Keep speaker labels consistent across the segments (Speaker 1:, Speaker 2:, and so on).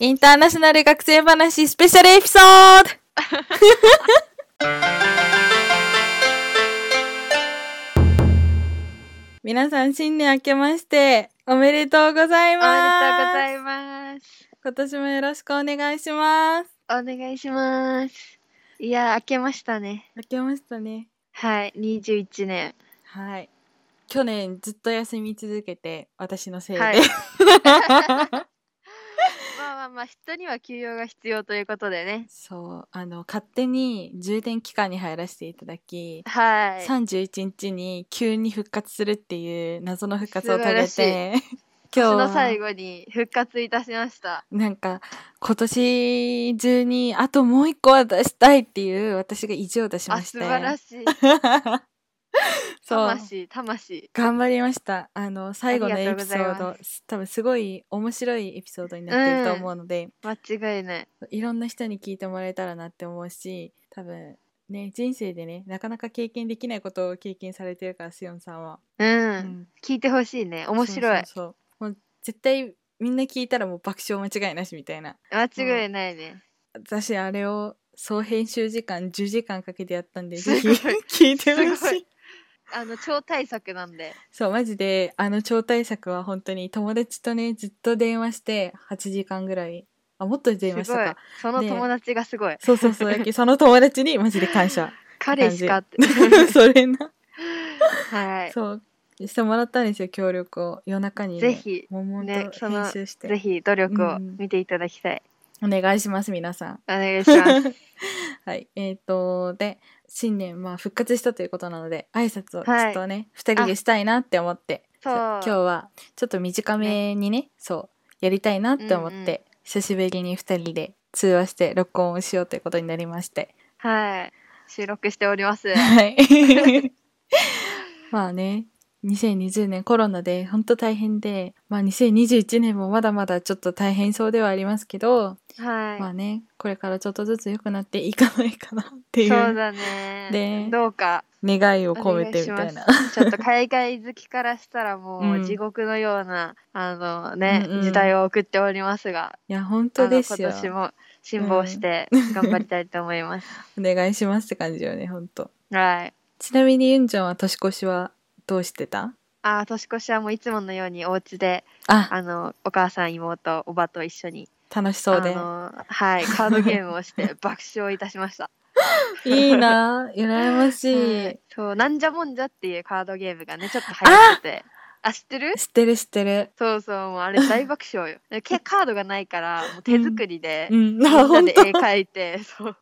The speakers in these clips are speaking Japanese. Speaker 1: インターナショナル学生話スペシャルエピソード皆さん新年明けましておめでとうござい
Speaker 2: おめでとうご
Speaker 1: ます
Speaker 2: ざいます。
Speaker 1: 今年もよろしくお願いします
Speaker 2: お願いします。いやー、明けましたね。
Speaker 1: 明けましたね
Speaker 2: はい、21年。
Speaker 1: はい去年ずっと休み続けて私のせいで、
Speaker 2: はいまあまあまあ、人には休養が必要ということでね。
Speaker 1: そうあの勝手に充電期間に入らせていただき
Speaker 2: はい。
Speaker 1: 31日に急に遂発するっていう謎の復活を
Speaker 2: 素
Speaker 1: 遂
Speaker 2: 晴
Speaker 1: げ
Speaker 2: らして
Speaker 1: 今
Speaker 2: 年
Speaker 1: 日
Speaker 2: の最
Speaker 1: は
Speaker 2: 後に復活いたしました。
Speaker 1: なんか今年中にあともう一個は出したいっていう私が意地を出しま
Speaker 2: あ、
Speaker 1: し
Speaker 2: 素
Speaker 1: て
Speaker 2: 晴らしい。
Speaker 1: そう
Speaker 2: 魂、魂。
Speaker 1: 頑張りましたあの最後の
Speaker 2: ありが
Speaker 1: エ
Speaker 2: と
Speaker 1: ピ
Speaker 2: うご
Speaker 1: ソ
Speaker 2: ざいます
Speaker 1: ード多分すごい面白いエピソードになってると思うので、
Speaker 2: 間違いない。
Speaker 1: いろんな人に聞いてもらえたらなって思うし多分ね人生でねなかなか経験できないことを経験されてるからスヨンさんは。
Speaker 2: うん。
Speaker 1: うん
Speaker 2: 聞いてほしいね。面白い。
Speaker 1: そうそうそうもう絶対みんな聞いたらもう爆笑間違いなしみたいな
Speaker 2: 間違いないね。
Speaker 1: 私あれを総編集時間10時間かけてやったんです
Speaker 2: ご
Speaker 1: ぜ
Speaker 2: い
Speaker 1: ひ聞いてほ
Speaker 2: すご
Speaker 1: しい
Speaker 2: いあの、超大作なんで。
Speaker 1: そうマジであの超大作は本当に友達とねずっと電話して8時間ぐらいあもっと電話し
Speaker 2: す
Speaker 1: た
Speaker 2: ごい
Speaker 1: か。
Speaker 2: その
Speaker 1: で
Speaker 2: 友達がすごい。
Speaker 1: そうそうそうやけその友達にマジで感 謝
Speaker 2: 彼しか って。
Speaker 1: それな、
Speaker 2: はい。
Speaker 1: そうしてもらったんですよ協力を夜中に、ね、
Speaker 2: ぜひ
Speaker 1: もうほんと
Speaker 2: ねその
Speaker 1: 編集して、
Speaker 2: ぜひ努力
Speaker 1: う
Speaker 2: を
Speaker 1: ん
Speaker 2: 見ていただきたい。
Speaker 1: お願いします皆さん
Speaker 2: お願いし ます。
Speaker 1: はい、えっ、と、で、新年、まあ、復活したということなので、挨拶をち
Speaker 2: はい
Speaker 1: ょっとね、二、人でしたいなって思って、
Speaker 2: そう
Speaker 1: 今日は、ちょっと短めにね、そう、やりたいなって思って、
Speaker 2: うんうん
Speaker 1: 久しぶりに二人で通話して録音をしようということになりまして、
Speaker 2: はい。収録しております。
Speaker 1: はい。 まあね、2020年コロナで本当大変で、まあ2021年もまだまだちょっと大変そうではありますけど、まあ
Speaker 2: は
Speaker 1: ね、これからちょっとずつ良くなっていかないかなって
Speaker 2: い。
Speaker 1: いう。
Speaker 2: そうだね。
Speaker 1: で
Speaker 2: どうか
Speaker 1: 願いを
Speaker 2: お
Speaker 1: 込
Speaker 2: 願
Speaker 1: め
Speaker 2: い
Speaker 1: てみ
Speaker 2: したま
Speaker 1: い
Speaker 2: す
Speaker 1: な。。
Speaker 2: ちょっと海外好きからしたらも
Speaker 1: うん
Speaker 2: う地獄のような、あのね、
Speaker 1: うんうん
Speaker 2: 時代を送っておりますが、
Speaker 1: いや、本
Speaker 2: あ
Speaker 1: 当
Speaker 2: の
Speaker 1: です
Speaker 2: 今
Speaker 1: よ。
Speaker 2: 年も辛抱して頑張りたいと思います。
Speaker 1: お願いしますって感じよね、本当。
Speaker 2: はい。
Speaker 1: ちなみにユンジョンは年越しはどうしてた
Speaker 2: あー年越しはもういつものようにお家で
Speaker 1: あ、
Speaker 2: あのお母さん妹おばと一緒に
Speaker 1: 楽しそうで
Speaker 2: あ。のはいカードゲームをして爆笑いたしました
Speaker 1: いいなぁ、羨まし
Speaker 2: はい
Speaker 1: い。
Speaker 2: そうなんじゃもんじゃっていうカードゲームがねちょっと流行っててあ知ってる
Speaker 1: 知ってる知ってる。そう
Speaker 2: そうそうもうあれ大爆笑よでけカードがないからもう手作りで、
Speaker 1: うん、
Speaker 2: み
Speaker 1: あ、
Speaker 2: んな
Speaker 1: 本
Speaker 2: で絵描いてそう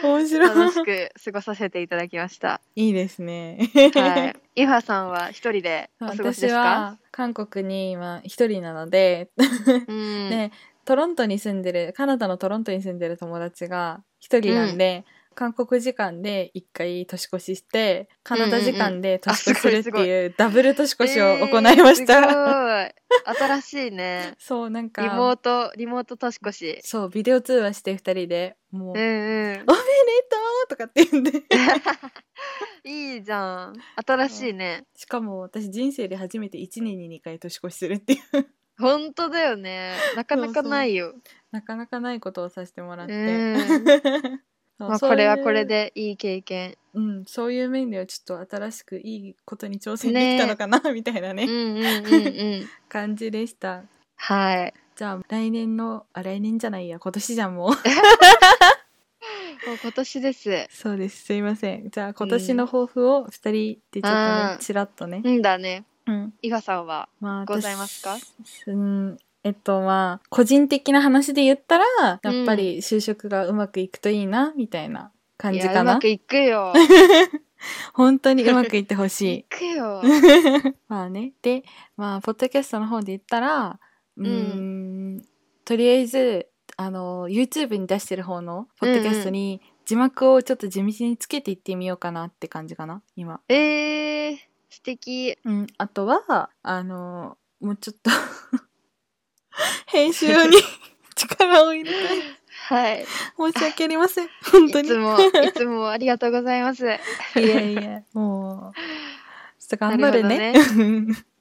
Speaker 1: 当面白
Speaker 2: 楽
Speaker 1: い。
Speaker 2: しく過ごさせていただきま した
Speaker 1: いいですね。
Speaker 2: はいイファさんは一人でお過ごしで
Speaker 1: 私
Speaker 2: すか
Speaker 1: は韓国に今一人なので、
Speaker 2: うん、
Speaker 1: ね、トロントに住んでる、カナダのトロントに住んでる友達が一人なんで、韓国時間で一回年越しして、カナダ時間で年越しするって
Speaker 2: あすごい
Speaker 1: いうダブル年越しを行いました。
Speaker 2: えーすごい新しいね
Speaker 1: そう、 なん
Speaker 2: リモ
Speaker 1: か
Speaker 2: ー、トリモート年越し
Speaker 1: そう、ビデオ通話して二人で、もう、お
Speaker 2: うん
Speaker 1: めで
Speaker 2: うん
Speaker 1: とうとかって言うん で。
Speaker 2: いいじゃん。新しいね。
Speaker 1: しかも私人生で初めて1年に2回年越しするっていう、
Speaker 2: 本当だよね。なかなかないよ。
Speaker 1: なかなかないことをさせてもらっ
Speaker 2: う
Speaker 1: て。
Speaker 2: ん。
Speaker 1: そう
Speaker 2: まあ、
Speaker 1: そう
Speaker 2: これは
Speaker 1: いう
Speaker 2: これでいい経験。
Speaker 1: うん、そういう面ではちょっと新しくいいことに挑戦できたのかな、みたいな
Speaker 2: うん
Speaker 1: ね、
Speaker 2: うんう んうん。
Speaker 1: 感じでした。
Speaker 2: はい。
Speaker 1: じゃあ来年のあ来年じゃないや今年じゃんもう
Speaker 2: もう今年です。
Speaker 1: そうですすいませんじゃあ今年の抱負を2人でちょっとね、
Speaker 2: うん
Speaker 1: ちらっとね、
Speaker 2: うんだね。
Speaker 1: うん
Speaker 2: イファさんは。
Speaker 1: まあ、
Speaker 2: ございますか
Speaker 1: 私うんえっとまあ個人的な話で言ったらやっぱり就職がうまくいくといいなみたいな感
Speaker 2: い
Speaker 1: じ
Speaker 2: や、
Speaker 1: か
Speaker 2: う
Speaker 1: な
Speaker 2: まくいくよ。
Speaker 1: 本当にうまくいってほしい
Speaker 2: いくよ。
Speaker 1: まあね。で、まあ、ポッドキャストの方で言ったら、うーん、とりあえず、あの、YouTube に出してる方のポッドキャストに字幕をちょっと地道につけていってみようかなって感じかな、今。
Speaker 2: えー、素敵。
Speaker 1: うん、あとは、あの、もうちょっと、編集 に力を入れたい。
Speaker 2: はい。
Speaker 1: 申し訳ありま せん。本当
Speaker 2: い
Speaker 1: に。
Speaker 2: つも、いつもありがとうございます。
Speaker 1: いやいや、もう、ちょっと頑張るね。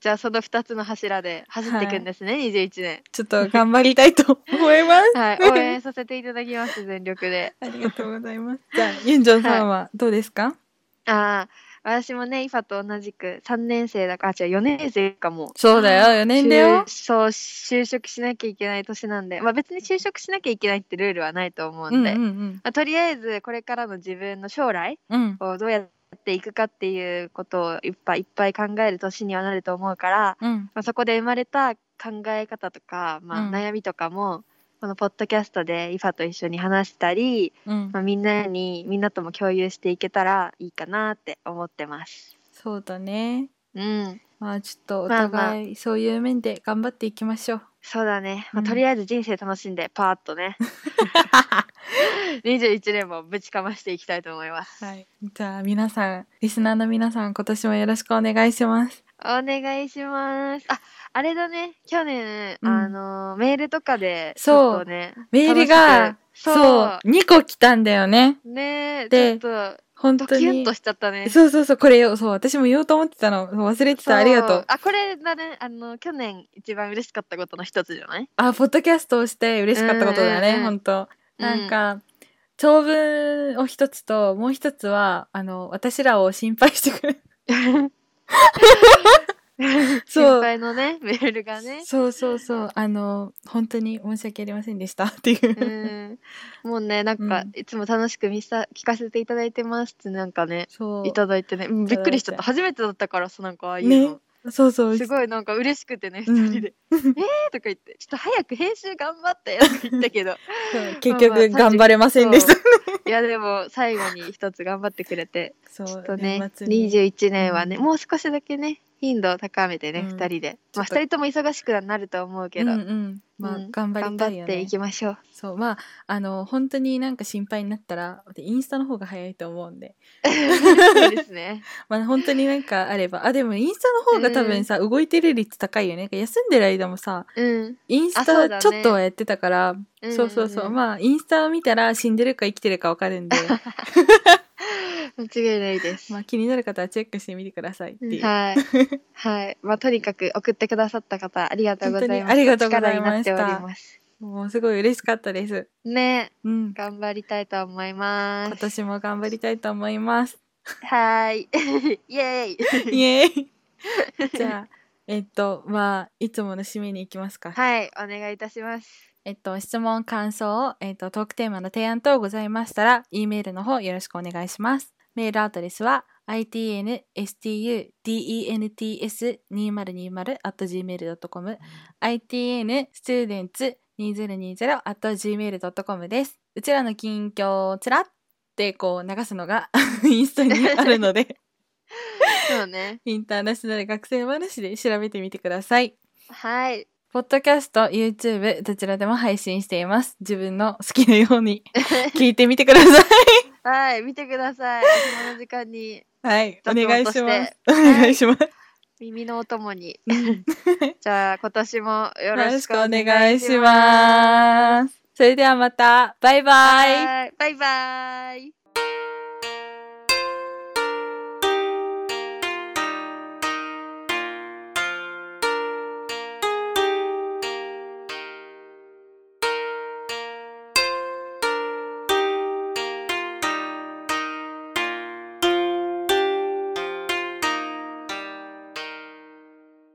Speaker 2: じゃあその2つの柱で走っていくんですね、21年。
Speaker 1: ちょっと頑張りたいと思います。
Speaker 2: はい、 応援させていただきます、全力で。
Speaker 1: ありがとうございます。 じゃあ、ユンジョンさんはどうですか、
Speaker 2: ああ、私もね、イファと同じく3年生だから、あ、違う、4年生かもう。
Speaker 1: そうだよ、4年だよ
Speaker 2: 就。そう、就職しなきゃいけない年なんで、まあ別に就職しなきゃいけないってルールはないと思う
Speaker 1: うんんう
Speaker 2: で、
Speaker 1: んう
Speaker 2: ま
Speaker 1: ん。
Speaker 2: あ、とりあえずこれからの自分の将来
Speaker 1: うん。
Speaker 2: をどうやっていくかっていうことをいっぱいいっぱい考える年にはなると思うから、
Speaker 1: うん。
Speaker 2: まあ、そこで生まれた考え方とか、ま
Speaker 1: う
Speaker 2: あ、
Speaker 1: ん
Speaker 2: 悩みとかも、このポッドキャストでイファと一緒に話したり、
Speaker 1: うん
Speaker 2: ま。あ、みんなにみんなとも共有していけたらいいかなって思ってます。
Speaker 1: そうだね。
Speaker 2: うん
Speaker 1: まあ、ちょっとお
Speaker 2: まあ
Speaker 1: 互いそういう面で頑張っていきま しょう。
Speaker 2: そうだね、ま
Speaker 1: う
Speaker 2: あ、
Speaker 1: ん
Speaker 2: とりあえず人生楽しんでパーッとね21年もぶちかましていきたいと思います、
Speaker 1: はい。じゃあ、皆さん、リスナーの皆さん、今年もよろしくお願いします。
Speaker 2: お願いしますああれだね去年、
Speaker 1: うん
Speaker 2: あのメールとかでち
Speaker 1: そう
Speaker 2: ょっとね
Speaker 1: メールが
Speaker 2: 楽しく
Speaker 1: そう、
Speaker 2: そう
Speaker 1: 2個来たんだよね。
Speaker 2: ねえちょ
Speaker 1: で
Speaker 2: っと
Speaker 1: 本
Speaker 2: ド
Speaker 1: 当
Speaker 2: キュン
Speaker 1: に
Speaker 2: と。しちゃったね
Speaker 1: そうそうそう、これよ、そう、私も言おうと思ってたの。忘れて
Speaker 2: そう
Speaker 1: た、ありがとう。
Speaker 2: あこれだねあの去年一番嬉しかったことの一つじゃない
Speaker 1: あ、ポッドキャストをして嬉しかったことだ
Speaker 2: うんうん
Speaker 1: ね、
Speaker 2: うん
Speaker 1: 本当なん、か、長文を一つと、もう一つは、あの、私らを心配してくれる。
Speaker 2: うん、
Speaker 1: そう
Speaker 2: 心配のねメールがね
Speaker 1: そうそうそう。あの、本当に申し訳ありませんでした。っていう。
Speaker 2: うんもうねなんか、
Speaker 1: うん
Speaker 2: いつも楽しく見さ聞かせていただいてますってなんかね
Speaker 1: そう。
Speaker 2: いただいてねうんびっくりしちゃった初めてだったからさなんかああいうの、
Speaker 1: そうそう。
Speaker 2: すごいなんか嬉しくてね一
Speaker 1: うん
Speaker 2: 人で「えー!」とか言って「ちょっと早く編集頑張って」とか言ったけど
Speaker 1: そう 結局、頑張れませんでした。
Speaker 2: いやでも最後に一つ頑張ってくれて
Speaker 1: そう
Speaker 2: ちょっとね
Speaker 1: 年末に
Speaker 2: 21年はね、もう少しだけね頻度を高めてね、
Speaker 1: うん
Speaker 2: 二2人で、まあ、
Speaker 1: ちょっと
Speaker 2: 2人とも忙しくはなると思うけ
Speaker 1: うん
Speaker 2: ど、
Speaker 1: うん。まあ、
Speaker 2: うん
Speaker 1: 頑張り
Speaker 2: 頑
Speaker 1: たい
Speaker 2: 張
Speaker 1: よ
Speaker 2: ってい
Speaker 1: ね。
Speaker 2: きま しょう
Speaker 1: そう。まあ、あの、本当になんか心配になったら、でインスタの方が早いと思うんで。
Speaker 2: そうですね
Speaker 1: まあ、本当になんかあれば。あ、でもインスタの方が多分さ、動いてる率高いよね。なんか休んでる間もさ、
Speaker 2: うん
Speaker 1: インス
Speaker 2: あそうだ
Speaker 1: タ
Speaker 2: ね
Speaker 1: ちょっとはやってたから、
Speaker 2: んん
Speaker 1: そうそうそう。まあ、インスタを見たら死んでるか生きてるかわかる んで、
Speaker 2: 間違いないです、
Speaker 1: まあ気になる方はチェックしてみてくださいって
Speaker 2: う
Speaker 1: い
Speaker 2: ん
Speaker 1: う。
Speaker 2: はい。はい。まあ、とにかく送ってくださった方、ありがとうござい
Speaker 1: 本当
Speaker 2: ま
Speaker 1: に
Speaker 2: す。
Speaker 1: ありがとうござい
Speaker 2: お力にな
Speaker 1: ま
Speaker 2: っ
Speaker 1: した
Speaker 2: ております。
Speaker 1: もうすごい嬉しかったです。
Speaker 2: ね、
Speaker 1: うん。
Speaker 2: 頑張りたいと思いま
Speaker 1: 今
Speaker 2: す。
Speaker 1: 年も頑張りたいと思い ます。
Speaker 2: はい。 イエーイ。
Speaker 1: イエーイじゃあ、えっと、まあ、いつもの締めに行きますか。
Speaker 2: はい、お願いいたします。
Speaker 1: えっと、質問、感想、えっと、トークテーマの提案等ございましたら、E メールの方よろしくお願いします。メールアドレスは、itnstudents2020.gmail.com、itnstudents2020.gmail.com です。うちらの近況をつらってこう流すのが インスタにあるので、
Speaker 2: そうね。
Speaker 1: インターナショナル学生話で調べてみてください。
Speaker 2: はい。
Speaker 1: ポッドキャスト、YouTube、どちらでも配信しています。自分の好きなように 聞いてみてください。
Speaker 2: はい、見てください。この時間に
Speaker 1: はい、お
Speaker 2: 雑音
Speaker 1: 願い
Speaker 2: と
Speaker 1: し
Speaker 2: して
Speaker 1: ます。お
Speaker 2: はい
Speaker 1: 願いします。
Speaker 2: 耳のお 供に。じゃあ、今年もよ
Speaker 1: よ
Speaker 2: ろ
Speaker 1: ろ
Speaker 2: し
Speaker 1: し
Speaker 2: く
Speaker 1: く
Speaker 2: お
Speaker 1: お
Speaker 2: 願
Speaker 1: 願
Speaker 2: い
Speaker 1: い
Speaker 2: し
Speaker 1: し
Speaker 2: ま
Speaker 1: ま
Speaker 2: す。
Speaker 1: す。それではまた、バイバイ。
Speaker 2: はいバイバイ。